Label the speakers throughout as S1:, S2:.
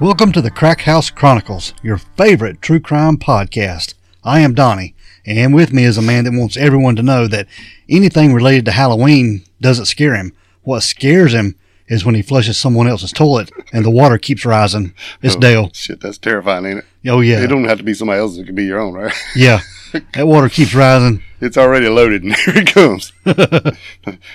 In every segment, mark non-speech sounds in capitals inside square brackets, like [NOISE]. S1: Welcome to the Crack House Chronicles, your favorite true crime podcast. I am Donnie, and with me is a man that wants everyone to know that anything related to Halloween doesn't scare him. What scares him is when he flushes someone else's toilet and the water keeps rising. It's
S2: Oh,
S1: Dale.
S2: Shit, that's terrifying, ain't it?
S1: Oh, yeah.
S2: It don't have to be somebody else's. It could be your own, right? [LAUGHS]
S1: Yeah. That water keeps rising.
S2: It's already loaded, and [LAUGHS] here it
S1: [LAUGHS]
S2: comes.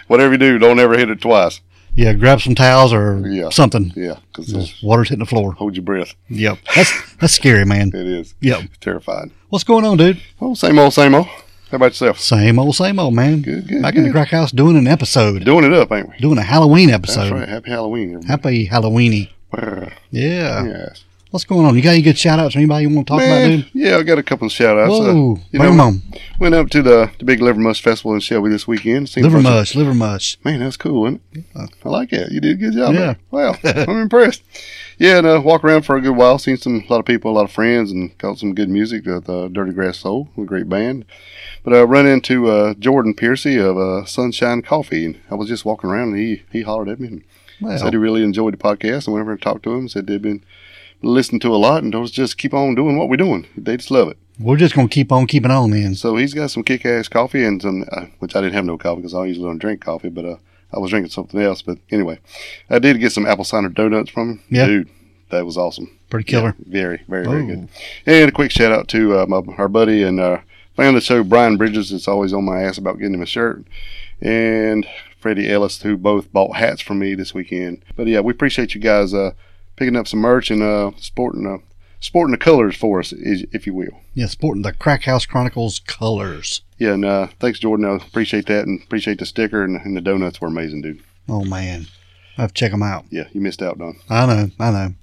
S2: Whatever you do, don't ever hit it twice.
S1: Yeah, grab some towels or
S2: Yeah.
S1: something.
S2: Yeah, because
S1: Water's hitting the floor.
S2: hold your breath.
S1: Yep. That's that's scary, man.
S2: It is
S1: Yep.
S2: terrifying.
S1: What's going on, dude?
S2: Well, same old, same old. How about yourself?
S1: Same old, same old, man.
S2: Good, good,
S1: Back in the
S2: good.
S1: crack house doing an episode,
S2: Doing it up, ain't we?
S1: doing a Halloween
S2: That's
S1: episode.
S2: right. Happy Halloween, everybody.
S1: Happy Halloweeny.
S2: Brr.
S1: Yeah.
S2: Yes.
S1: What's going on? You got any good shout outs? Anybody you want to talk about,
S2: Man,
S1: dude?
S2: yeah, I got a couple of shout outs.
S1: Whoa,
S2: you
S1: bring 'em
S2: know,
S1: on.
S2: Went up to the, the big Livermush Festival in Shelby this weekend. Seen a
S1: Liver
S2: bunch of-
S1: mush, liver mush.
S2: Man, that's cool, wasn't it? I like it. You did a good job.
S1: Yeah.
S2: Yeah. Wow, I'm impressed. Yeah, and uh, walk around for a good while, seen some a lot of people, a lot of friends, and caught some good music with uh, Dirty Grass Soul, a great band. But I run into uh, Jordan Piercy of uh, Sunshine Coffee, and I was just walking around, and he he hollered at me and
S1: Well,
S2: said he really enjoyed the podcast. And went over and talked to him, said they'd been listening to a lot, and told us just keep on doing what we're doing. They just love it.
S1: we're just going to keep on keeping on then.
S2: So he's got some kick-ass coffee and some, uh, which I didn't have no coffee because I usually don't drink coffee, but uh, I was drinking something else. But anyway, I did get some apple cider donuts from him.
S1: Yeah.
S2: dude, that was awesome.
S1: Pretty killer.
S2: Yeah, very, very, very
S1: Oh.
S2: good. And a quick shout out to uh, my, our buddy and uh, fan of the show, Brian Bridges. That's always on my ass about getting him a shirt, and Freddie Ellis, who both bought hats from me this weekend. But yeah, we appreciate you guys uh, picking up some merch and uh, sporting uh, sporting the colors for us, is- if you will.
S1: Yeah, sporting the Crack House Chronicles colors.
S2: Yeah, and uh, thanks, Jordan. I appreciate that and appreciate the sticker and, and the donuts were amazing, dude.
S1: Oh, man. I have to check them out.
S2: Yeah, you missed out, Don. [LAUGHS]
S1: I know. I know.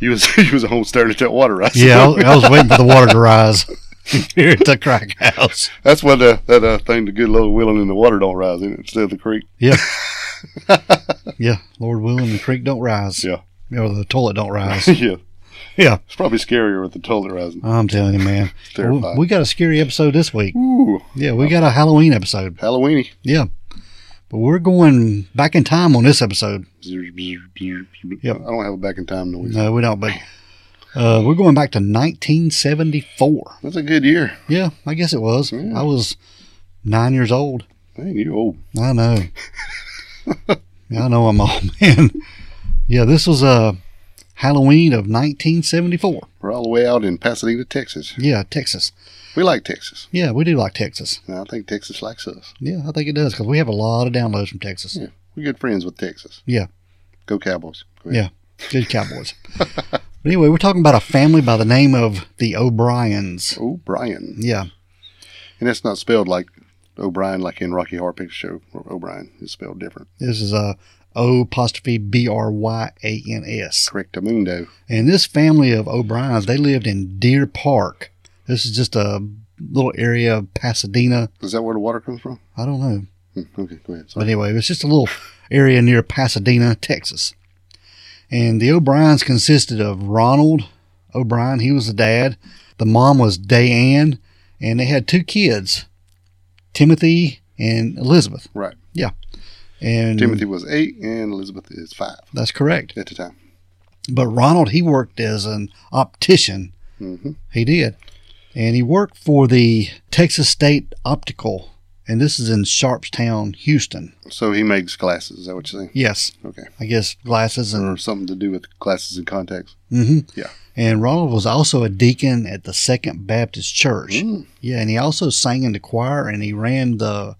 S2: You was [LAUGHS] you was at home staring at that water, right?
S1: Yeah, I, was- I was waiting for the water to rise [LAUGHS] here at the Crack House.
S2: [LAUGHS] that's what uh, that uh, thing. The good Lord willing, and the water don't rise in it instead of the creek. [LAUGHS]
S1: Yeah. yeah. Lord willing, the creek don't rise.
S2: Yeah.
S1: Or the toilet don't rise.
S2: yeah,
S1: Yeah.
S2: it's probably scarier with the toilet rising.
S1: I'm telling you, man.
S2: terrifying.
S1: We- we got a scary episode this week.
S2: Ooh,
S1: Yeah, we got a Halloween episode.
S2: Halloweeny.
S1: Yeah. But we're going back in time on this episode.
S2: Yep. I don't have a back in time noise.
S1: No, we don't, but uh, we're going back to 1974.
S2: That's a good year.
S1: Yeah, I guess it was.
S2: Yeah.
S1: I was nine years old.
S2: Man, you old.
S1: I know. I know I'm old, [LAUGHS] man. Yeah, this was uh, Halloween of 1974.
S2: We're all the way out in Pasadena, Texas.
S1: Yeah, Texas.
S2: We like Texas.
S1: Yeah, we do like Texas.
S2: And I think Texas likes us.
S1: Yeah, I think it does because we have a lot of downloads from Texas.
S2: Yeah. We're good friends with Texas.
S1: Yeah.
S2: Go Cowboys. Go ahead.
S1: Yeah, good Cowboys. but anyway, we're talking about a family by the name of the O'Briens.
S2: Oh, Brian.
S1: Yeah,
S2: And that's not spelled like O'Brien, like in Rocky Horror Picture Show. or O'Brien is spelled different.
S1: this is a O apostrophe B R Y A N S.
S2: Correct, Amundo.
S1: And this family of O'Briens, they lived in Deer Park. This is just a little area of Pasadena.
S2: Is that where the water comes from?
S1: I don't know.
S2: Hmm, okay, go ahead.
S1: But
S2: Sorry.
S1: anyway, it's just a little area near Pasadena, Texas. And the O'Briens consisted of Ronald O'Brien, he was the dad. The mom was Dayanne, and they had two kids, Timothy and Elizabeth.
S2: Right.
S1: And
S2: Timothy was eight and Elizabeth is five
S1: that's correct.
S2: at the time.
S1: But Ronald, he worked as an optician.
S2: hmm
S1: He did. And he worked for the Texas State Optical, and this is in Sharpstown, Houston.
S2: So he makes glasses. Is that what you're saying?
S1: Yes,
S2: Okay.
S1: I guess glasses and
S2: Or something to do with glasses and contacts.
S1: hmm
S2: Yeah.
S1: And Ronald was also a deacon at the Second Baptist Church.
S2: Mm.
S1: Yeah, and he also sang in the choir and he ran the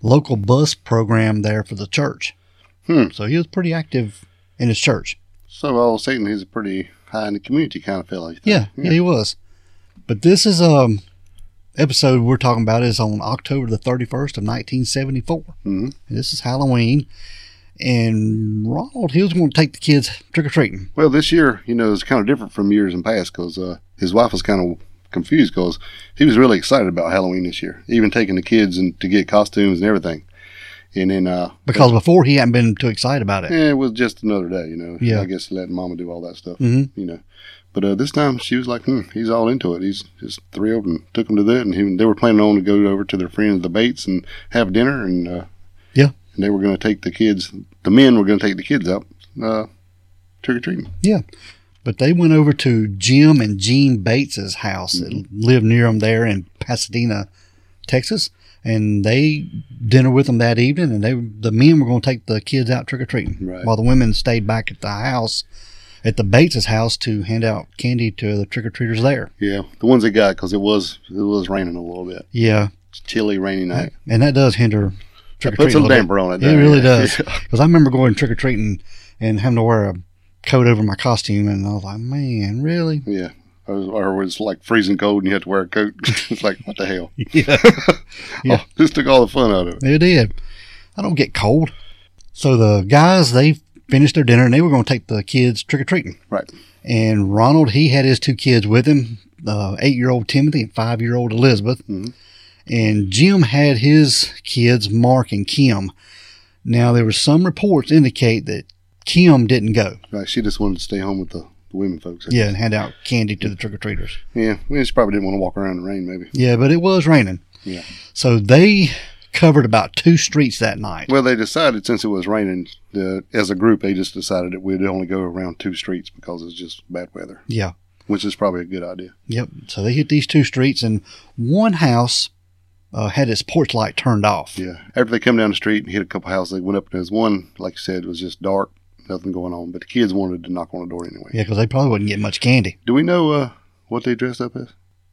S1: local bus program there for the church.
S2: Hmm.
S1: So he was pretty active in his church.
S2: So all Satan, he's a pretty high in the community kind of fellow. you think?
S1: Yeah, yeah, he was. But this is um episode we're talking about is on October the 31st of 1974.
S2: Mhm.
S1: And this is Halloween. And Ronald, he was going to take the kids trick or treating.
S2: Well, this year, you know, it's kind of different from years in past because uh, his wife was kind of confused because he was really excited about Halloween this year, even taking the kids and to get costumes and everything. And then, uh,
S1: Because before he hadn't been too excited about it.
S2: eh, it was just another day, you know.
S1: Yeah.
S2: I guess letting Mama do all that stuff,
S1: hmm
S2: you know. But uh, this time she was like, hmm, he's all into it. He's just thrilled and took him to that. And he, they were planning on to go over to their friends, the Bates, and have dinner. And uh,
S1: Yeah.
S2: and they were going to take the kids, the men were going to take the kids out uh, trick or treating.
S1: Yeah. But they went over to Jim and Jean Bates's house that lived near them there in Pasadena, Texas. And they dinner with them that evening, and they the men were going to take the kids out trick or treating,
S2: Right.
S1: while the women stayed back at the house, at the Bates's house to hand out candy to the trick or treaters there.
S2: Yeah, the ones they got because it was it was raining a little bit,
S1: Yeah,
S2: It's a chilly, rainy night.
S1: and that does hinder trick or
S2: Put
S1: treating.
S2: some damper on it.
S1: It
S2: don't
S1: really
S2: you?
S1: does.
S2: [LAUGHS] Yeah.
S1: Because I remember going trick or treating and having to wear a coat over my costume, and I was like, man, really?
S2: Yeah. Or, or it was like freezing cold and you had to wear a coat. [LAUGHS] it's like, what the hell?
S1: [LAUGHS] Yeah. Yeah.
S2: [LAUGHS] Oh, this took all the fun out of it.
S1: It did. I don't get cold. So the guys, they finished their dinner and they were going to take the kids trick or treating.
S2: Right.
S1: And Ronald, he had his two kids with him uh, eight year old Timothy and five year old Elizabeth.
S2: Mhm.
S1: And Jim had his kids, Mark and Kim. Now, there were some reports indicate that Kim didn't go.
S2: Like, she just wanted to stay home with the, the women folks.
S1: Yeah, and hand out candy to the trick or treaters.
S2: Yeah. We just probably didn't want to walk around in the rain, maybe.
S1: Yeah, but it was raining.
S2: Yeah.
S1: So they covered about two streets that night.
S2: Well, they decided since it was raining, the, as a group, they just decided that we'd only go around two streets because it's just bad weather,
S1: Yeah.
S2: which is probably a good idea.
S1: Yep. So they hit these two streets, and one house uh, had its porch light turned off.
S2: Yeah. After they come down the street and hit a couple houses, they went up. There's one, like you said, it was just dark, nothing going on, but the kids wanted to knock on the door anyway.
S1: Yeah, because they probably wouldn't get much candy.
S2: Do we know uh, what they dressed up as?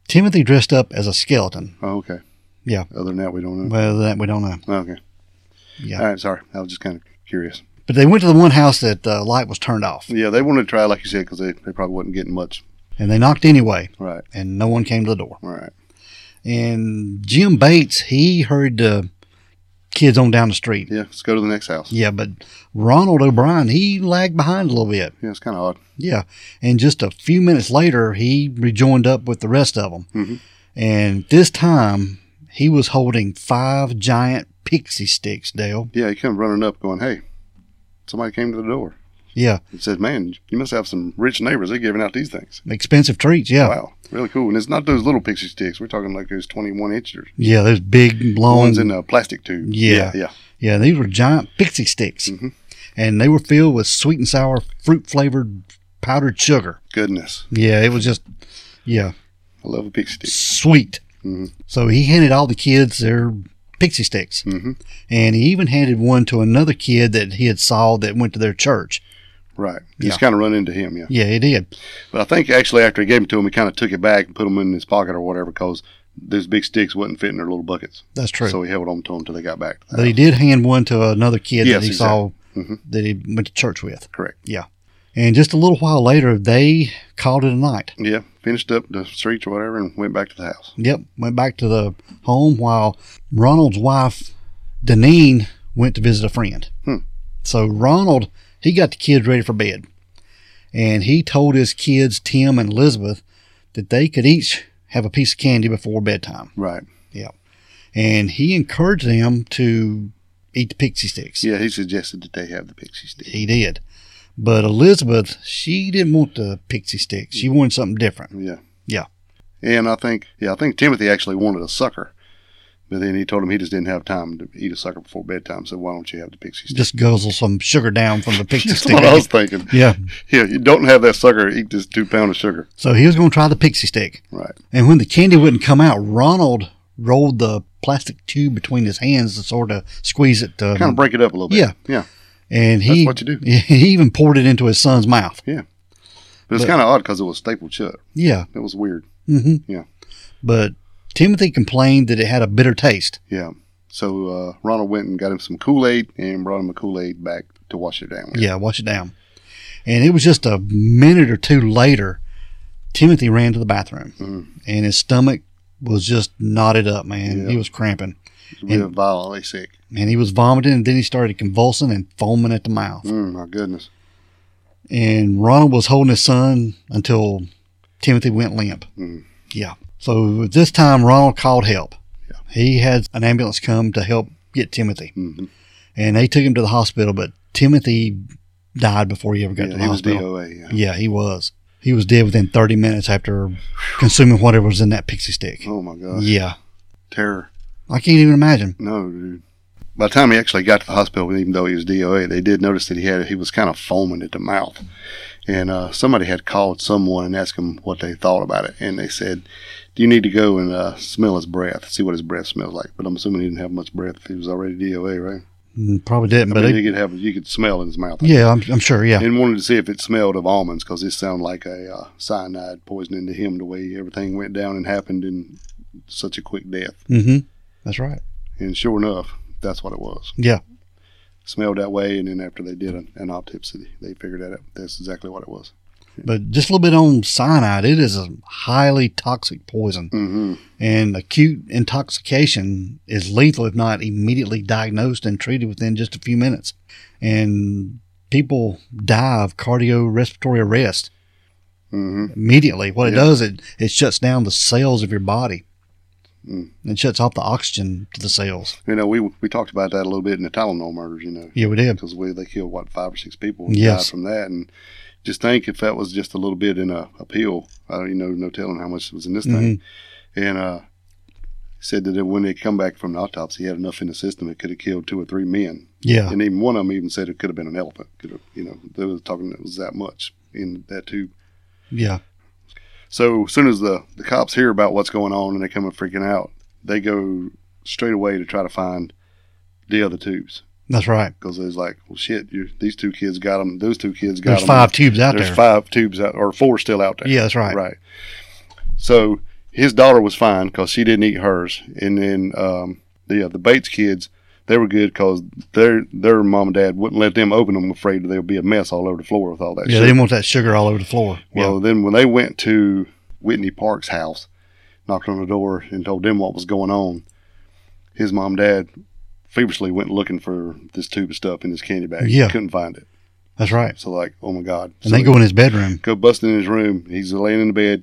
S1: Timothy dressed up as a skeleton.
S2: Oh, okay.
S1: Yeah.
S2: Other than that, we don't know.
S1: Well, that we don't know.
S2: Okay.
S1: Yeah.
S2: All right. Sorry. I was just kind of curious.
S1: But they went to the one house that the light was turned off,
S2: Yeah. They wanted to try, like you said, because they, they probably wasn't getting much.
S1: and they knocked anyway,
S2: Right.
S1: and no one came to the door.
S2: All right.
S1: And Jim Bates, he heard the kids on down the street.
S2: Yeah. Let's go to the next house.
S1: Yeah, but Ronald O'Brien, he lagged behind a little bit.
S2: Yeah. It's kind of odd.
S1: Yeah. And just a few minutes later, he rejoined up with the rest of them.
S2: Mhm.
S1: And this time, he was holding five giant pixie sticks, Dale.
S2: Yeah. He comes running up going, Hey, somebody came to the door.
S1: Yeah.
S2: He says, Man, you must have some rich neighbors. They're giving out these things.
S1: Expensive treats. Yeah.
S2: Wow. Really cool. And it's not those little pixie sticks. We're talking like those 21 inchers.
S1: Yeah. Those big,
S2: The
S1: long.
S2: ones in a plastic tube.
S1: Mm. Yeah.
S2: Yeah. yeah.
S1: yeah. These were giant pixie sticks.
S2: Mhm.
S1: And they were filled with sweet and sour fruit flavored powdered sugar.
S2: Goodness.
S1: Yeah. It was just, yeah,
S2: I love a pixie stick.
S1: sweet.
S2: Mhm.
S1: So he handed all the kids their pixie sticks.
S2: hmm
S1: and he even handed one to another kid that he had saw that went to their church.
S2: Right. Just
S1: Yeah.
S2: kind of run into him. Yeah.
S1: Yeah, he did.
S2: But I think actually after he gave them to him, he kind of took it back and put them in his pocket or whatever because those big sticks wouldn't fit in their little buckets.
S1: That's true.
S2: So he held on to them until they got back.
S1: but he did hand one to another kid
S2: Yes,
S1: that he
S2: exactly.
S1: saw
S2: Mhm.
S1: that he went to church with.
S2: Correct.
S1: Yeah. And just a little while later, they called it a night.
S2: Yeah, finished up the streets or whatever and went back to the house.
S1: Yep. Went back to the home while Ronald's wife, Deneen, went to visit a friend.
S2: Hmm.
S1: So Ronald, he got the kids ready for bed. And he told his kids, Tim and Elizabeth, that they could each have a piece of candy before bedtime.
S2: Right.
S1: and he encouraged them to eat the pixie sticks.
S2: Yeah, he suggested that they have the pixie stick.
S1: He did. But Elizabeth, she didn't want the pixie sticks. She wanted something different.
S2: Yeah.
S1: Yeah.
S2: And I think, yeah, I think Timothy actually wanted a sucker, but then he told him he just didn't have time to eat a sucker before bedtime. So why don't you have the
S1: [LAUGHS]
S2: pixie stick?
S1: Just guzzle some sugar down from the
S2: [LAUGHS]
S1: pixie
S2: That's
S1: stick.
S2: what I was thinking.
S1: Yeah.
S2: Yeah, you don't have that sucker. Eat this two pound of sugar.
S1: So he was going to try the pixie stick.
S2: Right.
S1: And when the candy wouldn't come out, Ronald rolled the plastic tube between his hands to sort of squeeze it. To,
S2: Kind of break it up a little bit.
S1: Uh-huh. Yeah.
S2: Yeah.
S1: and he,
S2: that's what you
S1: [LAUGHS]
S2: do.
S1: He even poured it into his son's mouth.
S2: But it's
S1: But-
S2: kind of odd because it was stapled shut.
S1: Yeah.
S2: It was weird.
S1: hmm
S2: Yeah.
S1: But Timothy complained that it had a bitter taste.
S2: Yeah. So uh, Ronald went and got him some Kool Aid and brought him a Kool Aid back to wash it down with.
S1: Yeah, wash it down. And it was just a minute or two later, Timothy ran to the bathroom
S2: Mm.
S1: and his stomach was just knotted up, man.
S2: Yeah.
S1: He was cramping
S2: It's real violently sick.
S1: and he was vomiting and then he started convulsing and foaming at the mouth.
S2: Mm, my goodness.
S1: And Ronald was holding his son until Timothy went limp.
S2: Mm.
S1: Yeah. So at this time, Ronald called help. He had an ambulance come to help get Timothy
S2: Mhm.
S1: and they took him to the hospital, but Timothy died before he ever got
S2: Yeah,
S1: to the
S2: he was
S1: hospital.
S2: DOA. Yeah.
S1: Yeah, he was. He was dead within 30 minutes after consuming whatever was in that pixie stick.
S2: Oh my God.
S1: Yeah.
S2: Terror.
S1: I can't even imagine.
S2: No, dude. By the time he actually got to the hospital, even though he was DOA, they did notice that he had he was kind of foaming at the mouth, and uh, somebody had called someone and asked him what they thought about it, and they said, "Do you need to go and uh, smell his breath, see what his breath smells like?" But I'm assuming he didn't have much breath. He was already DOA, right?
S1: Mm, Probably didn't,
S2: But
S1: but
S2: I mean,
S1: it-
S2: you could have you could smell in his mouth.
S1: yeah, I'm, I'm sure. Yeah,
S2: and wanted to see if it smelled of almonds because this sounded like a uh, cyanide poisoning to him the way everything went down and happened in such a quick death.
S1: hmm that's right.
S2: And sure enough, that's what it was.
S1: Yeah.
S2: Smelled that way, and then after they did an, an autopsy, they figured that out. That's exactly what it was.
S1: But just a little bit on cyanide, it is a highly toxic poison,
S2: Mm-hmm.
S1: and acute intoxication is lethal if not immediately diagnosed and treated within just a few minutes. And people die of cardiorespiratory arrest
S2: Mm-hmm.
S1: immediately. What it
S2: Yeah.
S1: does, it, it shuts down the cells of your body.
S2: Mm.
S1: It shuts off the oxygen to the cells.
S2: You know, we we talked about that a little bit in the Tylenol murders. You know,
S1: Yeah, we did.
S2: because we they killed what five or six people and
S1: Yes.
S2: died from that. And just think if that was just a little bit in a, a pill, I don't you know, no telling how much was in this
S1: Mm-hmm.
S2: thing. And uh, said that when they come back from the autopsy, he had enough in the system it could have killed two or three men.
S1: Yeah.
S2: And even one of them even said it could have been an elephant. Could have, you know, they were talking it was that much in that tube.
S1: Yeah.
S2: So as soon as the, the cops hear about what's going on and they come and freaking out, they go straight away to try to find the other tubes
S1: That's right.
S2: because it's like, well, shit, you these two kids got them. Those two kids got
S1: There's
S2: 'em.
S1: five tubes out
S2: There's
S1: there.
S2: five tubes out, or four still out there.
S1: Yeah, that's right.
S2: Right. So his daughter was fine because she didn't eat hers, and then um, the yeah, the Bates kids they were good because their their mom and dad wouldn't let them open them, afraid there'll be a mess all over the floor with all that.
S1: Yeah,
S2: shit.
S1: they didn't want that sugar all over the floor.
S2: Well, then when they went to Whitney Park's house, knocked on the door and told them what was going on, his mom and dad feverishly went looking for this tube of stuff in his candy bag.
S1: Yeah.
S2: Couldn't find it.
S1: yeah, that's right.
S2: So, like, oh my God.
S1: And
S2: So
S1: they go in his bedroom.
S2: go busting in his room. He's laying in the bed,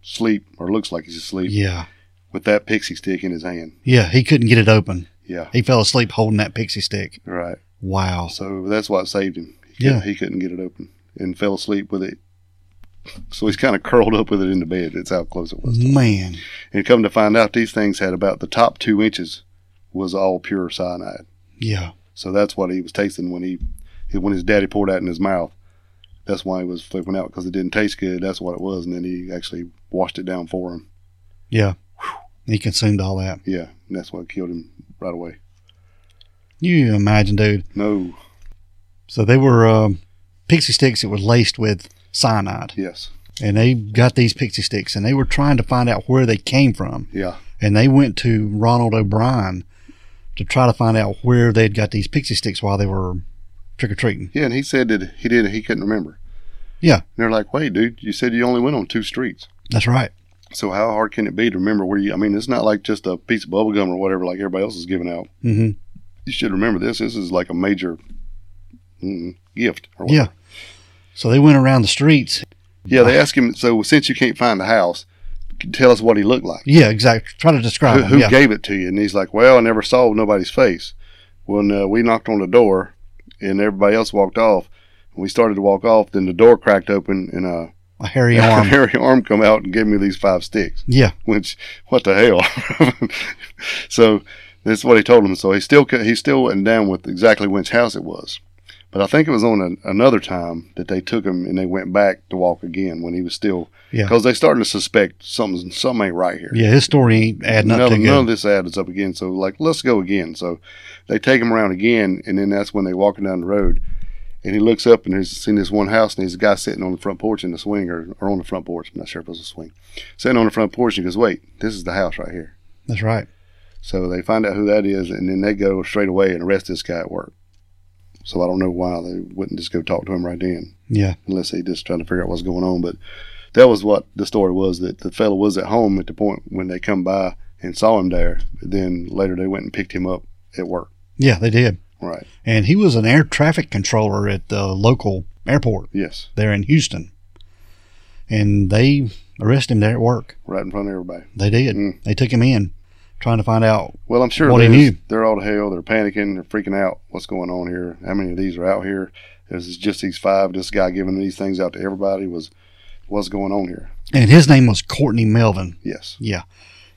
S2: sleep, or looks like he's asleep,
S1: Yeah.
S2: with that pixie stick in his hand.
S1: Yeah, he couldn't get it open.
S2: Yeah.
S1: He fell asleep holding that pixie stick.
S2: Right.
S1: Wow.
S2: So that's what saved him. He
S1: Yeah.
S2: couldn't- He couldn't get it open and fell asleep with it. So he's kind of curled up with it in the bed. That's how close it was.
S1: Man.
S2: And come to find out, these things had about the top two inches was all pure cyanide.
S1: Yeah.
S2: So that's what he was tasting when he, when his daddy poured out in his mouth. That's why he was flipping out because it didn't taste good. That's what it was. And then he actually washed it down for him.
S1: Yeah. He consumed all that.
S2: Yeah, and that's what killed him right away.
S1: You imagine, dude.
S2: No,
S1: So they were um, pixie sticks that were laced with cyanide.
S2: yes,
S1: And they got these pixie sticks and they were trying to find out where they came from.
S2: yeah,
S1: and they went to Ronald O'Brien to try to find out where they'd got these pixie sticks while they were trick or treating.
S2: yeah. And he said that he did. not He couldn't remember.
S1: Yeah.
S2: And they're like, "Wait, dude, you said you only went on two streets.
S1: That's right.
S2: So how hard can it be to remember where you? I mean, it's not like just a piece of bubble gum or whatever like everybody else is giving out.
S1: hmm
S2: You should remember this. This is like a major mm, gift. Or
S1: Yeah. So they went around the streets.
S2: yeah. They asked him. So since you can't find the house, tell us what he looked like.
S1: Yeah, exactly. Try to describe
S2: who,
S1: them.
S2: who
S1: yeah.
S2: gave it to you? And he's like, well, I never saw nobody's face. When uh, we knocked on the door and everybody else walked off, when we started to walk off, then the door cracked open and uh,
S1: A hairy
S2: [LAUGHS] a
S1: arm.
S2: hairy arm come out and gave me these five sticks,
S1: yeah.
S2: which, what the hell? [LAUGHS] so that's what he told him. So he still, cou- he still wasn't down with exactly which house it was. But I think it was on an another time that they took him and they went back to walk again when he was still,
S1: Yeah.
S2: because they starting to suspect something, something ain't right here.
S1: Yeah, his story ain't adding up
S2: None,
S1: too
S2: none of
S1: good.
S2: this adds up again. So like, let's go again. So they take him around again, and then that's when they're walking down the road, and he looks up and he's seen this one house, and there's a guy sitting on the front porch in the swing, or, or on the front porch. I'm not sure if it was a swing, sitting on the front porch. And he goes, "Wait, this is the house right here."
S1: That's right.
S2: So they find out who that is, and then they go straight away and arrest this guy at work. So I don't know why they wouldn't just go talk to him right then,
S1: Yeah.
S2: unless they just trying to figure out what's going on. But that was what the story was that the fellow was at home at the point when they come by and saw him there. Then later they went and picked him up at work.
S1: Yeah, they did.
S2: Right.
S1: And he was an air traffic controller at the local airport
S2: Yes.
S1: there in Houston. And they arrested him there at work.
S2: Right in front of everybody.
S1: They did.
S2: Mm.
S1: They took him in, trying to find out.
S2: Well, I'm sure
S1: What he
S2: they're,
S1: knew.
S2: they're all to hell. They're panicking. They're freaking out. What's going on here? How many of these are out here? This is just these five. This guy giving these things out to everybody was what's going on here.
S1: And his name was Courtney Melvin.
S2: Yes.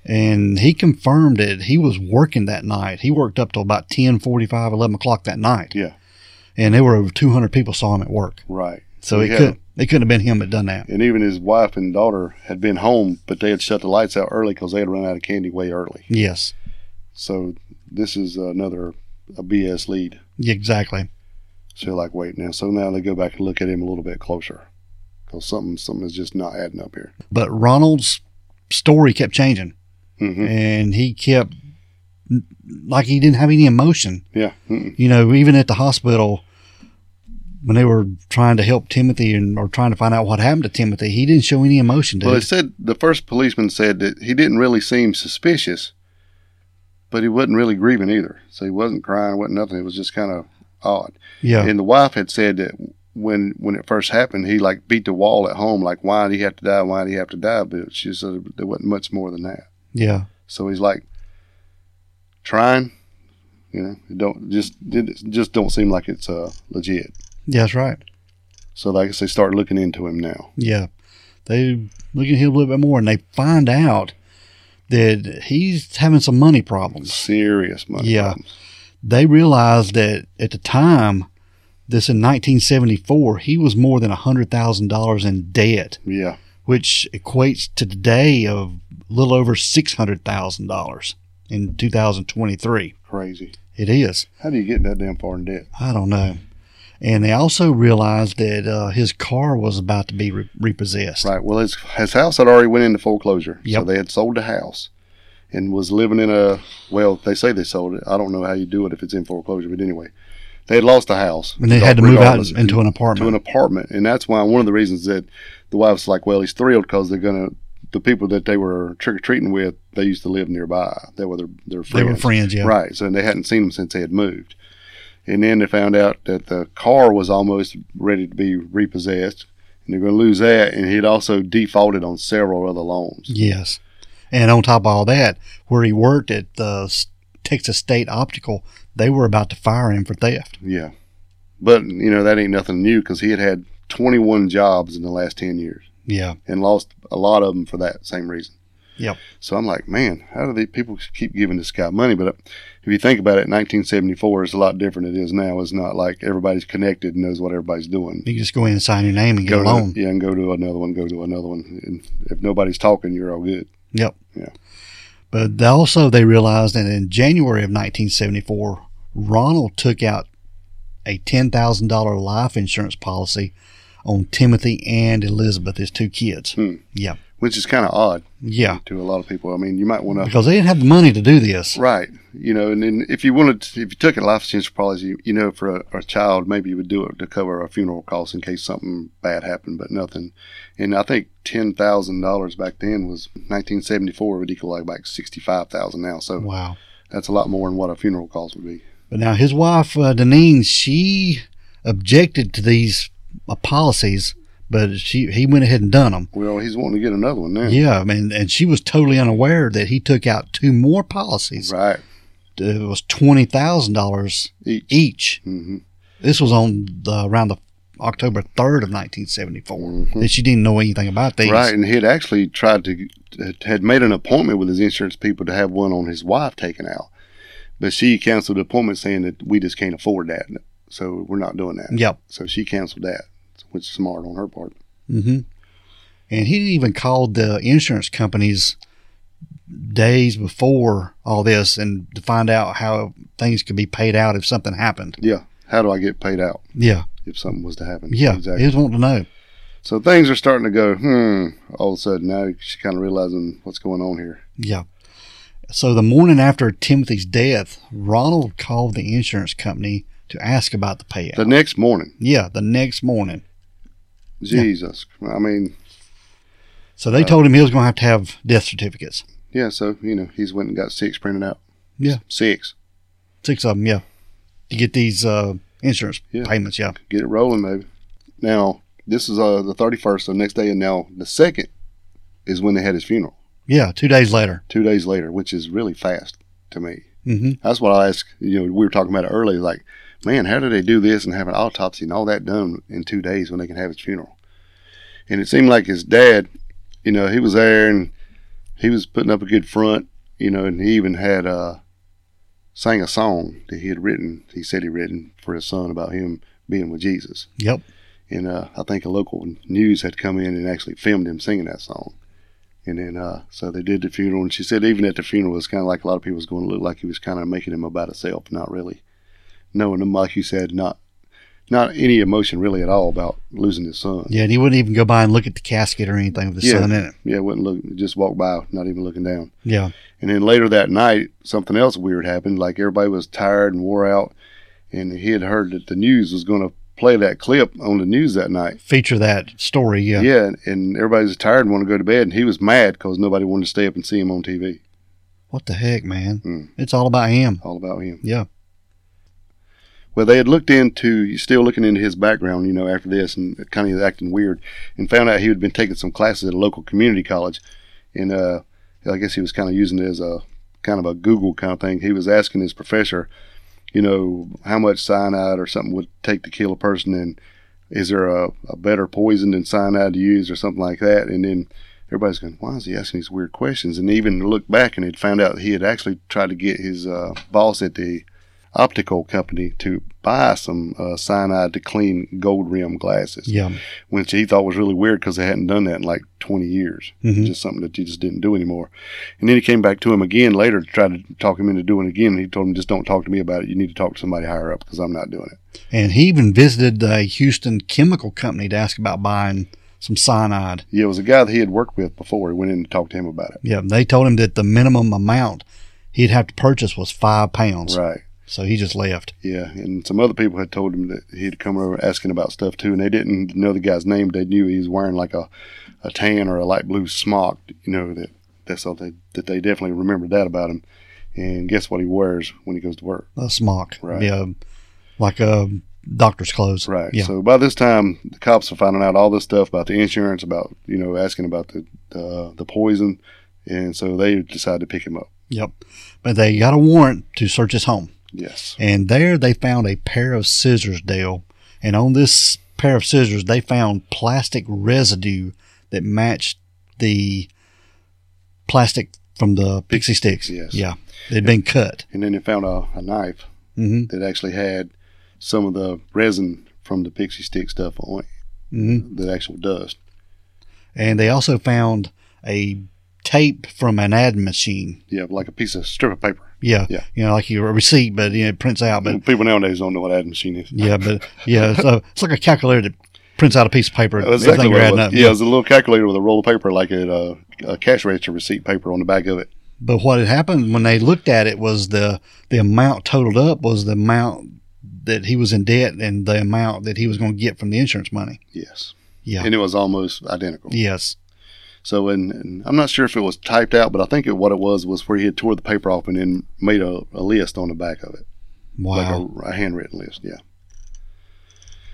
S1: and he confirmed it. He was working that night. He worked up till about 10, 45, 11 o'clock that night.
S2: Yeah.
S1: And there were over 200 people saw him at work.
S2: Right.
S1: So
S2: We
S1: it
S2: had-
S1: couldn't it couldn't have been him that done that.
S2: And even his wife and daughter had been home, but they had shut the lights out early because they had run out of candy way early.
S1: Yes,
S2: So this is another a BS lead.
S1: exactly.
S2: So you're like, wait now. So now they go back and look at him a little bit closer because something something is just not adding up here.
S1: But Ronald's story kept changing,
S2: Mm-hmm.
S1: and he kept like he didn't have any emotion.
S2: Yeah. Mm-mm.
S1: You know, even at the hospital when they were trying to help Timothy and or trying to find out what happened to Timothy, he didn't show any emotion. Dude.
S2: Well, they said the first policeman said that he didn't really seem suspicious, but he wasn't really grieving either. So he wasn't crying, wasn't nothing. It was just kind of odd.
S1: yeah,
S2: And the wife had said that when when it first happened, he like beat the wall at home, like why did he have to die? Why did he have to die? But she said there wasn't much more than that.
S1: yeah,
S2: So he's like trying, you know, it don't just it just don't seem like it's uh, legit.
S1: yeah, that's right.
S2: So like I guess they start looking into him now.
S1: Yeah. They look at him a little bit more and they find out that he's having some money problems.
S2: Serious money.
S1: Yeah.
S2: problems.
S1: They realize that at the time, this in 1974, he was more than $100,000 in debt,
S2: Yeah.
S1: which equates to today of a little over $600,000 in 2023.
S2: Crazy.
S1: It is.
S2: How do you get that damn far in debt?
S1: I don't know. And they also realized that uh, his car was about to be re- repossessed.
S2: Right. Well, his his house had already went into foreclosure. So
S1: Yep.
S2: they had sold the house, and was living in a well. They say they sold it. I don't know how you do it if it's in foreclosure, but anyway, they had lost the house
S1: And they had to move out
S2: Regardless,
S1: into an apartment.
S2: to an apartment, and that's why one of the reasons that the wife's like, well, he's thrilled because they're gonna the people that they were trick or treating with, they used to live nearby. They were their their
S1: they
S2: friends.
S1: were friends, yeah.
S2: Right. So they hadn't seen them since they had moved. And then they found out that the car was almost ready to be repossessed, and they're going to lose that. And he'd also defaulted on several other loans.
S1: Yes. And on top of all that, where he worked at the S- Texas State Optical, they were about to fire him for theft.
S2: Yeah. But, you know, that ain't nothing new because he had had 21 jobs in the last 10 years
S1: Yeah.
S2: and lost a lot of them for that same reason.
S1: Yep.
S2: So I'm like, man, how do these people keep giving this guy money? But uh, if you think about it, 1974 is a lot different than it is now. It's not like everybody's connected and knows what everybody's doing.
S1: You can just go in and sign your name and get
S2: go
S1: a
S2: to-
S1: loan.
S2: yeah, and go to another one, go to another one. And if nobody's talking, you're all good.
S1: Yep.
S2: Yeah.
S1: But they also, they realized that in January of 1974, Ronald took out a $10,000 life insurance policy on Timothy and Elizabeth, his two kids.
S2: Hmm.
S1: Yeah.
S2: Which is kind of odd
S1: Yeah.
S2: to a lot of people. I mean, you might want to,
S1: Because they didn't have the money to do this.
S2: right? You know, and then if you wanted, to, if you took a life insurance policy, you, you know, for a, a child, maybe you would do it to cover a funeral cost in case something bad happened, but nothing. And I think ten thousand dollars back then was 1974 would equal like like sixty five thousand now. So
S1: Wow.
S2: that's a lot more than what a funeral cost would be.
S1: But now his wife, uh, Deneen, she objected to these uh, policies, but she he went ahead and done them.
S2: Well, he's wanting to get another one now,
S1: Yeah, I mean, and she was totally unaware that he took out two more policies.
S2: right?
S1: It was twenty thousand dollars
S2: Each.
S1: each.
S2: hmm
S1: This was on the, around the October third of nineteen seventy four.
S2: Mhm.
S1: That she didn't know anything about these.
S2: Right, and he had actually tried to uh, had made an appointment with his insurance people to have one on his wife taken out, but she canceled the appointment saying that we just can't afford that, so we're not doing that.
S1: Yep.
S2: So she canceled that, which is smart on her part.
S1: hmm And he didn't even call the insurance companies days before all this and to find out how things could be paid out if something happened.
S2: Yeah, how do I get paid out
S1: Yeah.
S2: if something was to happen?
S1: Yeah. He was wanting to know.
S2: So things are starting to go hmm. All of a sudden, now she's kind of realizing what's going on here.
S1: Yeah. So the morning after Timothy's death, Ronald called the insurance company to ask about the payout.
S2: The next morning,
S1: yeah, the next morning.
S2: Jesus, I mean,
S1: So they told him he was going to have to have death certificates.
S2: yeah. So you know, he's went and got six printed out.
S1: Yeah.
S2: six.
S1: Six of them, yeah. To get these uh, insurance
S2: Yeah.
S1: payments, yeah.
S2: get it rolling, baby. Now, this is uh, the 31st, so next day, and now the 2nd is when they had his funeral,
S1: Yeah, two days later.
S2: two days later, which is really fast to me.
S1: hmm
S2: That's what I asked, you know, we were talking about it earlier, like, man, how do they do this and have an autopsy and all that done in two days when they can have his funeral? And it seemed like his dad, you know, he was there and he was putting up a good front, you know, and he even had uh, sang a song that he had written. He said he written for his son about him being with Jesus.
S1: Yep.
S2: And uh, I think a local news had come in and actually filmed him singing that song. And then, uh, so they did the funeral. And she said, even at the funeral, it's kind of like a lot of people was going to look like he was kind of making him about himself, not really knowing him, like you said, not not any emotion really at all about losing his son.
S1: Yeah, and he wouldn't even go by and look at the casket or anything with his
S2: Yeah.
S1: son in it.
S2: Yeah, wouldn't look, just walked by, not even looking down.
S1: Yeah.
S2: And then later that night, something else weird happened. Like everybody was tired and wore out, and he had heard that the news was going to play that clip on the news that night.
S1: Feature that story. Yeah.
S2: Yeah, and everybody was tired and wanted to go to bed, and he was mad because nobody wanted to stay up and see him on TV.
S1: What the heck, man?
S2: Mm.
S1: It's all about him.
S2: All about him.
S1: Yeah.
S2: Well, they had looked into, still looking into his background, you know, after this and kind of acting weird, and found out he had been taking some classes at a local community college. And uh, I guess he was kind of using it as a kind of a Google kind of thing. He was asking his professor, you know, how much cyanide or something would take to kill a person, and is there a, a better poison than cyanide to use or something like that. And then everybody's going, why is he asking these weird questions? And they even looked back and had found out he had actually tried to get his uh, boss at the optical company to buy some uh, cyanide to clean gold rim glasses,
S1: Yeah.
S2: which he thought was really weird because they hadn't done that in like 20 years.
S1: Mhm.
S2: Just something that you just didn't do anymore. And then he came back to him again later to try to talk him into doing it again. And he told him, just don't talk to me about it. You need to talk to somebody higher up because I'm not doing it.
S1: And he even visited the Houston chemical company to ask about buying some cyanide.
S2: Yeah, it was a guy that he had worked with before. He went in to talk to him about it.
S1: Yeah. They told him that the minimum amount he'd have to purchase was five pounds.
S2: Right.
S1: So he just left.
S2: Yeah, and some other people had told him that he'd come over asking about stuff too, and they didn't know the guy's name. They knew he was wearing like a, a tan or a light blue smock. You know that that's all they that they definitely remembered that about him. And guess what he wears when he goes to work?
S1: A smock.
S2: Right.
S1: Yeah. Like a doctor's clothes.
S2: Right.
S1: Yeah.
S2: So by this time, the cops are finding out all this stuff about the insurance, about you know asking about the uh, the poison, and so they decide to pick him up.
S1: Yep. But they got a warrant to search his home.
S2: Yes.
S1: And there they found a pair of scissors, Dale. And on this pair of scissors, they found plastic residue that matched the plastic from the pixie sticks.
S2: Yes.
S1: Yeah. They'd been cut.
S2: And then they found a, a knife
S1: Mm
S2: that actually had some of the resin from the pixie stick stuff on it.
S1: hmm. Mm hmm.
S2: the actual dust.
S1: And they also found a tape from an ad machine.
S2: Yeah, like a piece of strip of paper.
S1: Yeah.
S2: Yeah.
S1: You know, like your receipt, but you know, it prints out. But
S2: People nowadays don't know what ad machine is.
S1: yeah, but yeah. So it's like a calculator that prints out a piece of paper.
S2: That's exactly
S1: everything
S2: what
S1: you're
S2: it
S1: adding
S2: was.
S1: up.
S2: Yeah, it was a little calculator with a roll of paper, like a, uh, a cash register receipt paper on the back of it.
S1: But what had happened when they looked at it was the the amount totaled up was the amount that he was in debt and the amount that he was going to get from the insurance money.
S2: Yes.
S1: Yeah.
S2: And it was almost identical.
S1: yes.
S2: So, and, and I'm not sure if it was typed out, but I think it, what it was was where he had tore the paper off and then made a, a list on the back of it.
S1: Wow.
S2: like a, a handwritten list. Yeah.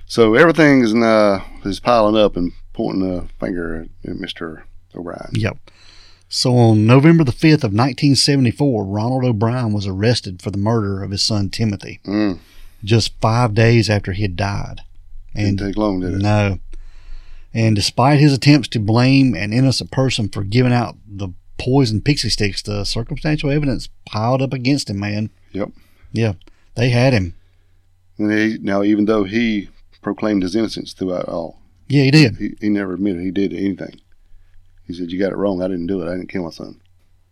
S2: So everything is uh, is piling up and pointing a finger at Mister O'Brien.
S1: yep. So on November the 5th of 1974, Ronald O'Brien was arrested for the murder of his son Timothy
S2: Mm,
S1: just 5 days after he had died.
S2: didn't
S1: And
S2: take long, did it?
S1: no. And despite his attempts to blame an innocent person for giving out the poison pixie sticks, the circumstantial evidence piled up against him, man.
S2: Yep.
S1: Yeah. They had him.
S2: And he, now, even though he proclaimed his innocence throughout all,
S1: Yeah, he did.
S2: he, he never admitted he did anything. He said, "You got it wrong. I didn't do it. I didn't kill my son."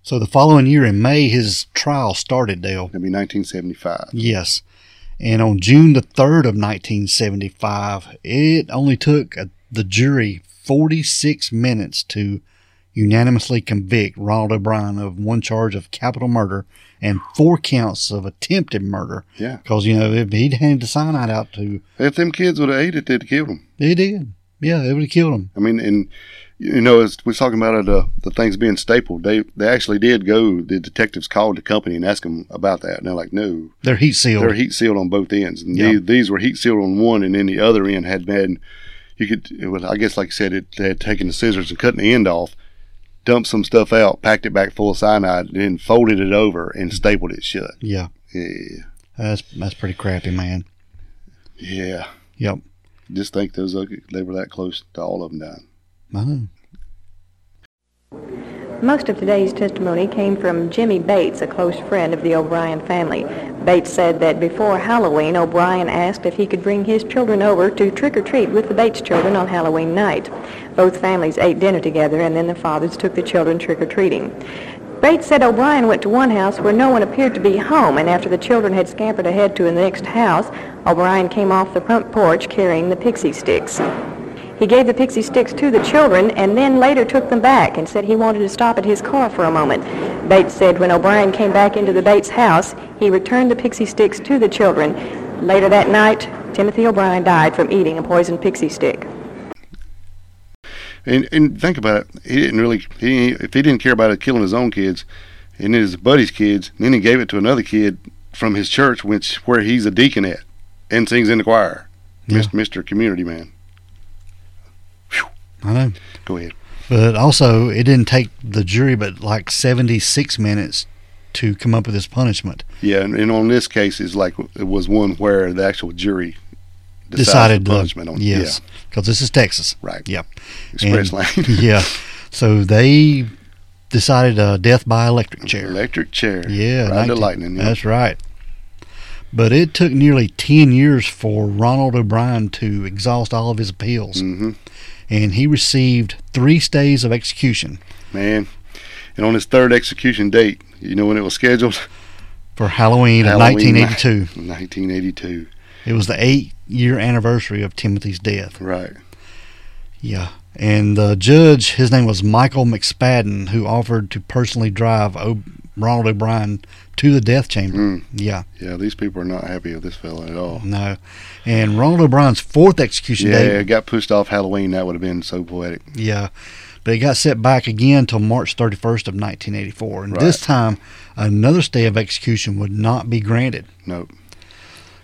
S1: So the following year in May, his trial started, Dale.
S2: That'd be 1975.
S1: Yes. And on June the 3rd of 1975, it only took uh, the jury 46 minutes to unanimously convict Ronald O'Brien of one charge of capital murder and four counts of attempted murder.
S2: Yeah.
S1: Because, you know, if he'd handed the cyanide out to,
S2: If them kids would have ate it, they'd have killed him.
S1: they did. Yeah, it would have killed him.
S2: I mean, and you know, as we're talking about it, uh, the things being stapled. They they actually did go. The detectives called the company and asked them about that, and they're like, "No,
S1: They're heat sealed.
S2: they're heat sealed on both ends, and
S1: Yeah.
S2: these, these were heat sealed on one, and then the other end had been. You could, it was, I guess, like I said, it they had taken the scissors and cut the end off, dumped some stuff out, packed it back full of cyanide, then folded it over and stapled it shut.
S1: yeah.
S2: Yeah,
S1: That's, that's pretty crappy, man.
S2: yeah.
S1: Yep.
S2: Just think uh, those they were that close to all of them dying.
S1: I know.
S3: Most of today's testimony came from Jimmy Bates, a close friend of the O'Brien family. Bates said that before Halloween, O'Brien asked if he could bring his children over to trick-or-treat with the Bates children on Halloween night. Both families ate dinner together, and then the fathers took the children trick-or-treating. Bates said O'Brien went to one house where no one appeared to be home, and after the children had scampered ahead to the next house, O'Brien came off the front porch carrying the pixie sticks. He gave the pixie sticks to the children and then later took them back and said he wanted to stop at his car for a moment. Bates said when O'Brien came back into the Bates house, he returned the pixie sticks to the children. Later that night, Timothy O'Brien died from eating a poisoned pixie stick.
S2: And, and think about it. He didn't really. He if he didn't care about it, killing his own kids, and his buddy's kids, and then he gave it to another kid from his church, which where he's a deacon at, and sings in the choir.
S1: Yeah.
S2: Mr. Mr. Community man.
S1: I know.
S2: Go ahead.
S1: But also, it didn't take the jury but like 76 minutes to come up with his punishment.
S2: Yeah, and, and on this case, it's like it was one where the actual jury decides
S1: Decided
S2: the
S1: to-
S2: punishment on.
S1: Yes. Because this is Texas.
S2: Yeah, right.
S1: Yep.
S2: Express
S1: And-
S2: lane.
S1: yeah. So they decided uh, death by electric [LAUGHS] chair.
S2: Electric chair.
S1: Yeah,
S2: Ride the
S1: 19
S2: lightning. yeah.
S1: That's right. But it took nearly 10 years for Ronald O'Brien to exhaust all of his appeals,
S2: Mhm.
S1: and he received three stays of execution
S2: man. And on his third execution date, you know when it was scheduled?
S1: for Halloween,
S2: Halloween
S1: of
S2: night. [LAUGHS]
S1: 1982.
S2: 1982.
S1: It was the eight year anniversary of Timothy's death.
S2: Right.
S1: Yeah. And the judge, his name was Michael McSpadden, who offered to personally drive o- Ronald O'Brien to the death chamber.
S2: Mm.
S1: Yeah,
S2: Yeah, these people are not happy with this fella at all.
S1: no. And Ronald O'Brien's fourth execution
S2: Yeah,
S1: date
S2: it got pushed off Halloween. That would have been so poetic.
S1: Yeah, but it got set back again till March 31st of 1984, and this time another stay of execution would not be granted.
S2: Nope.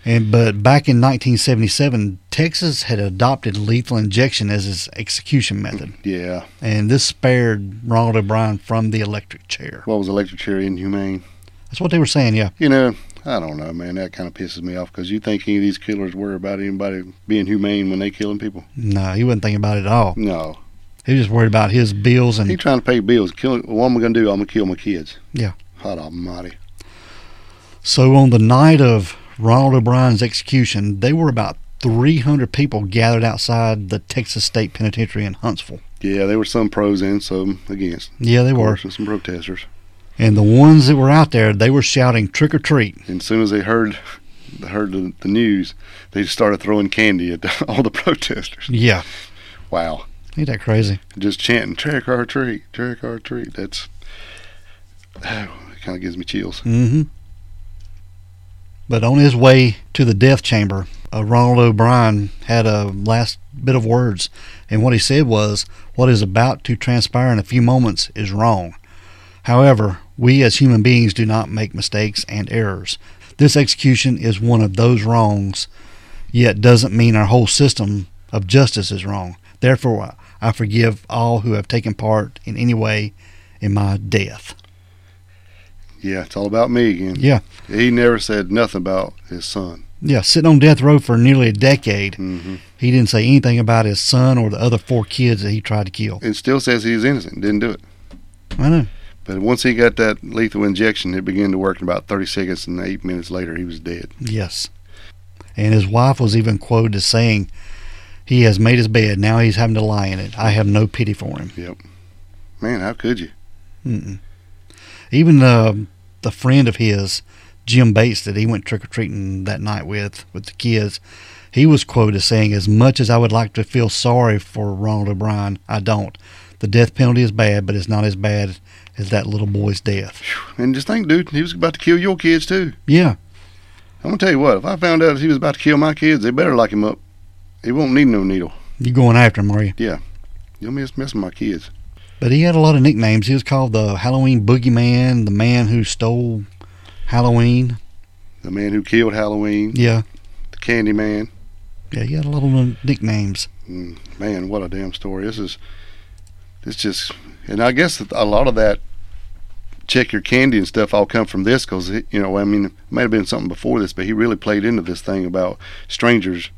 S1: And but back in 1977, Texas had adopted lethal injection as its execution method,
S2: Mm-hmm. Yeah.
S1: and this spared Ronald O'Brien from the electric chair.
S2: What was electric chair inhumane?
S1: That's what they were saying. Yeah,
S2: You know, I don't know, man. That kind of pisses me off because you think any of these killers worry about anybody being humane when they killing people?
S1: no, he wasn't thinking about it at all.
S2: No.
S1: He was just worried about his bills
S2: He
S1: and
S2: trying to pay bills. Kill, what am I going to do? I'm going to kill my kids.
S1: Mm. Yeah.
S2: Hot almighty.
S1: So on the night of Ronald O'Brien's execution, there were about 300 people gathered outside the Texas State Penitentiary in Huntsville.
S2: Yeah, there were some pros and some against.
S1: Yeah, they
S2: Of
S1: were.
S2: course, and some protesters.
S1: And the ones that were out there, they were shouting trick or treat.
S2: And as soon as they heard heard the, the news, they just started throwing candy at the, [LAUGHS] all the protesters.
S1: Yeah,
S2: Wow!
S1: ain't that crazy?
S2: Just chanting "trick or treat, trick or treat." That's [SIGHS] it. Kind of gives me chills.
S1: Mm-hmm. But on his way to the death chamber, uh, Ronald O'Brien had a last bit of words, and what he said was, "What is about to transpire in a few moments is wrong. However, we as human beings do not make mistakes and errors. This execution is one of those wrongs, yet doesn't mean our whole system of justice is wrong. Therefore, I I forgive all who have taken part in any way in my death."
S2: Yeah, it's all about me again.
S1: Yeah.
S2: He never said nothing about his son.
S1: Yeah, sitting on death row for nearly a decade.
S2: hmm
S1: He didn't say anything about his son or the other four kids that he tried to kill.
S2: And still says he's innocent. Didn't do it.
S1: I know.
S2: But once he got that lethal injection, it began to work. In about 30 seconds, and eight minutes later, he was dead.
S1: Yes. And his wife was even quoted as saying, He has made his bed. Now he's having to lie in it. I have no pity for him.
S2: Man, how could you?
S1: Mm-mm. Even uh, the friend of his, Jim Bates, that he went trick or treating that night with, with the kids, he was quoted as saying, As much as I would like to feel sorry for Ronald O'Brien, I don't. The death penalty is bad, but it's not as bad as that little boy's death.
S2: And just think, dude, he was about to kill your kids too.
S1: Yeah,
S2: I'm gonna tell you what. If I found out he was about to kill my kids, they better lock him up. He won't need no needle.
S1: you going after him, are you?
S2: You'll miss messing with my kids.
S1: But he had a lot of nicknames. He was called the Halloween Boogeyman, the man who stole Halloween.
S2: The man who killed Halloween,
S1: Yeah,
S2: the Candy Man.
S1: yeah, he had a lot of nicknames.
S2: Mm, man, what a damn story. This is. It's just, and I guess that a lot of that check your candy and stuff all come from this because you know I mean it may have been something before this, but he really played into this thing about strangers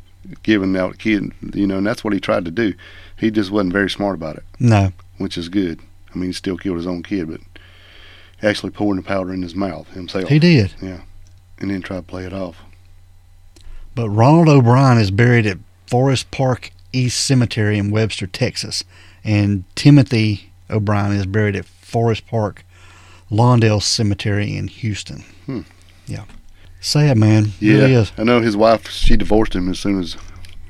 S2: giving out kid, you know, and that's what he tried to do. He just wasn't very smart about it,
S1: No,
S2: which is good. I I mean, he still killed his own kid, but actually pouring the powder in his mouth himself,
S1: He did.
S2: and then tried to play it off.
S1: But Ronald O'Brien is buried at Forest Park East Cemetery in Webster, Texas, and Timothy O'Brien is buried at Forest Park Lawndale Cemetery in Houston.
S2: Hmm.
S1: Yeah. Sad, man. Really is.
S2: I know his wife. She divorced him as soon as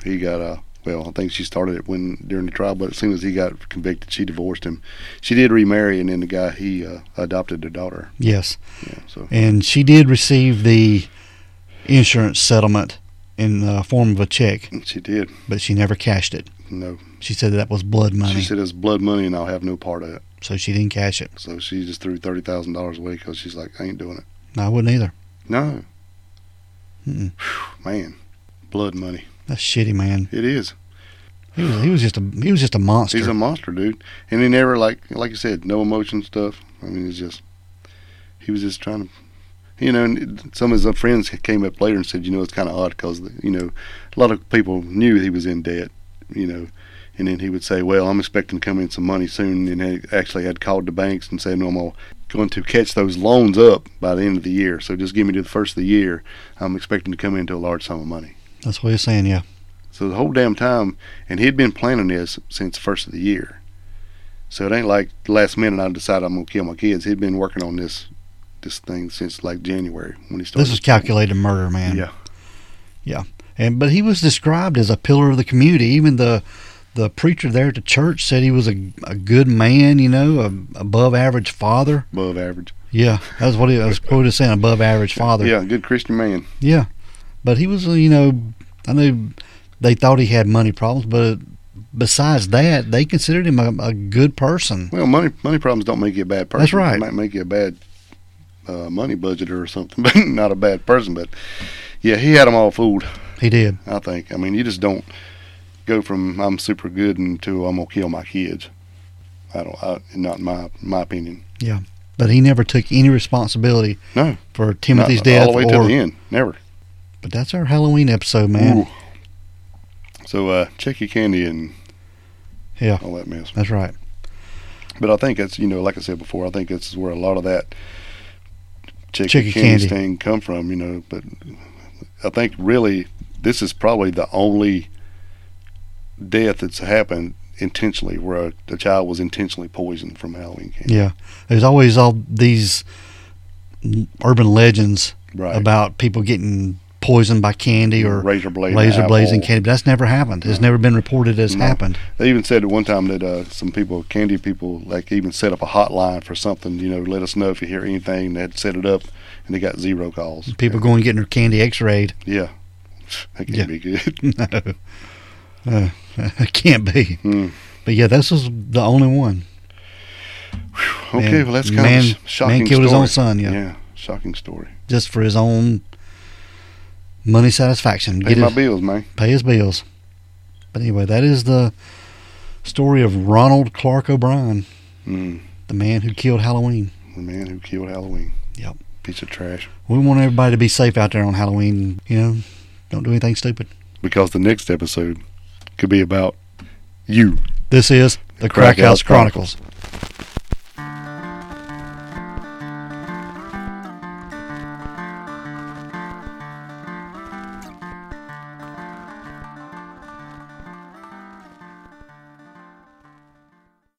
S2: he got. Uh, well, I think she started it when during the trial, but as soon as he got convicted, she divorced him. She did remarry, and then the guy he uh, adopted the daughter.
S1: Yes.
S2: Yeah, so
S1: And she did receive the insurance settlement in the form of a check,
S2: she did.
S1: but she never cashed it.
S2: No,
S1: She said that was blood money,
S2: she said it's blood money, and I'll have no part of it.
S1: so she didn't cash it.
S2: So she just threw thirty thousand dollars away because she's like, I ain't doing it.
S1: I wouldn't either.
S2: No,
S1: Mm-mm.
S2: man, blood money.
S1: That's shitty, man.
S2: It is.
S1: He was, he was just a he was just a monster.
S2: He's a monster, dude. And he never like like you said, no emotion stuff. I mean, it's just he was just trying to, you know. And some of his friends came up later and said, you know, it's kind of odd because you know, a lot of people knew he was in debt, you know. And then he would say, well, I'm expecting to come in some money soon. And he actually had called the banks and said, no, I'm going to catch those loans up by the end of the year. So just give me to the first of the year. I'm expecting to come into a large sum of money.
S1: That's what he's saying. Yeah.
S2: So the whole damn time, and he'd been planning this since the first of the year. So it ain't like the last minute I decided I'm gonna kill my kids. He'd been working on this this thing since like January when he started.
S1: This is calculated murder, man.
S2: Yeah.
S1: Yeah. And but he was described as a pillar of the community. Even the the preacher there at the church said he was a, a good man, you know, a above average father.
S2: above average.
S1: Yeah, that's what he was quoted as saying, above average father.
S2: Yeah, good Christian man.
S1: Yeah. But he was, uh, you know, I know they thought he had money problems, but besides that, they considered him a, a good person.
S2: Well, money money problems don't make you a bad person.
S1: That's right.
S2: It might make you a bad uh, money budgeter or something, [LAUGHS] but not a bad person. But yeah, he had them all fooled.
S1: He did.
S2: I think. I mean, you just don't go from I'm super good until I'm gonna kill my kids. I don't. I, not in my my opinion.
S1: But he never took any responsibility
S2: No.
S1: for Timothy's
S2: Not
S1: death.
S2: all the way
S1: or,
S2: to the end. Never.
S1: But that's our Halloween episode, man.
S2: Ooh. So uh, check your candy and
S1: Yeah.
S2: all that mess.
S1: That's right.
S2: But I think that's you know, like I said before, I think that's where a lot of that check,
S1: Check your
S2: your candy,
S1: E. candy.
S2: thing come from. You know, but I think really this is probably the only death that's happened intentionally where a, the child was intentionally poisoned from Halloween candy.
S1: Yeah. There's always all these urban legends
S2: Right.
S1: about people getting poisoned by candy or
S2: razor blade,
S1: laser blazing
S2: apple.
S1: candy. But that's never happened. It's never been reported as
S2: No.
S1: happened.
S2: They even said at one time that uh, some people, candy people, like even set up a hotline for something. You know, let us know if you hear anything. They had set it up, and they got zero calls.
S1: People going and getting their candy x-rayed. [LAUGHS]
S2: Yeah, that can't
S1: Yeah.
S2: be good. [LAUGHS]
S1: No, uh, [LAUGHS] it can't be.
S2: Hmm.
S1: But yeah, this was the only one.
S2: Okay,
S1: Man-
S2: well that's kind
S1: man-
S2: of a sh- shocking.
S1: man killed his own
S2: story.
S1: son. Yeah,
S2: yeah, shocking story.
S1: just for his own money satisfaction.
S2: Pay
S1: Get
S2: my
S1: his,
S2: bills, man.
S1: pay his bills. But anyway, that is the story of Ronald Clark O'Brien,
S2: Mm,
S1: the man who killed Halloween.
S2: the man who killed Halloween.
S1: Yep.
S2: Piece of trash.
S1: We want everybody to be safe out there on Halloween. You know, don't do anything stupid.
S2: Because the next episode could be about you.
S1: This is the
S2: Crack
S1: Crack
S2: House
S1: House Chronicles.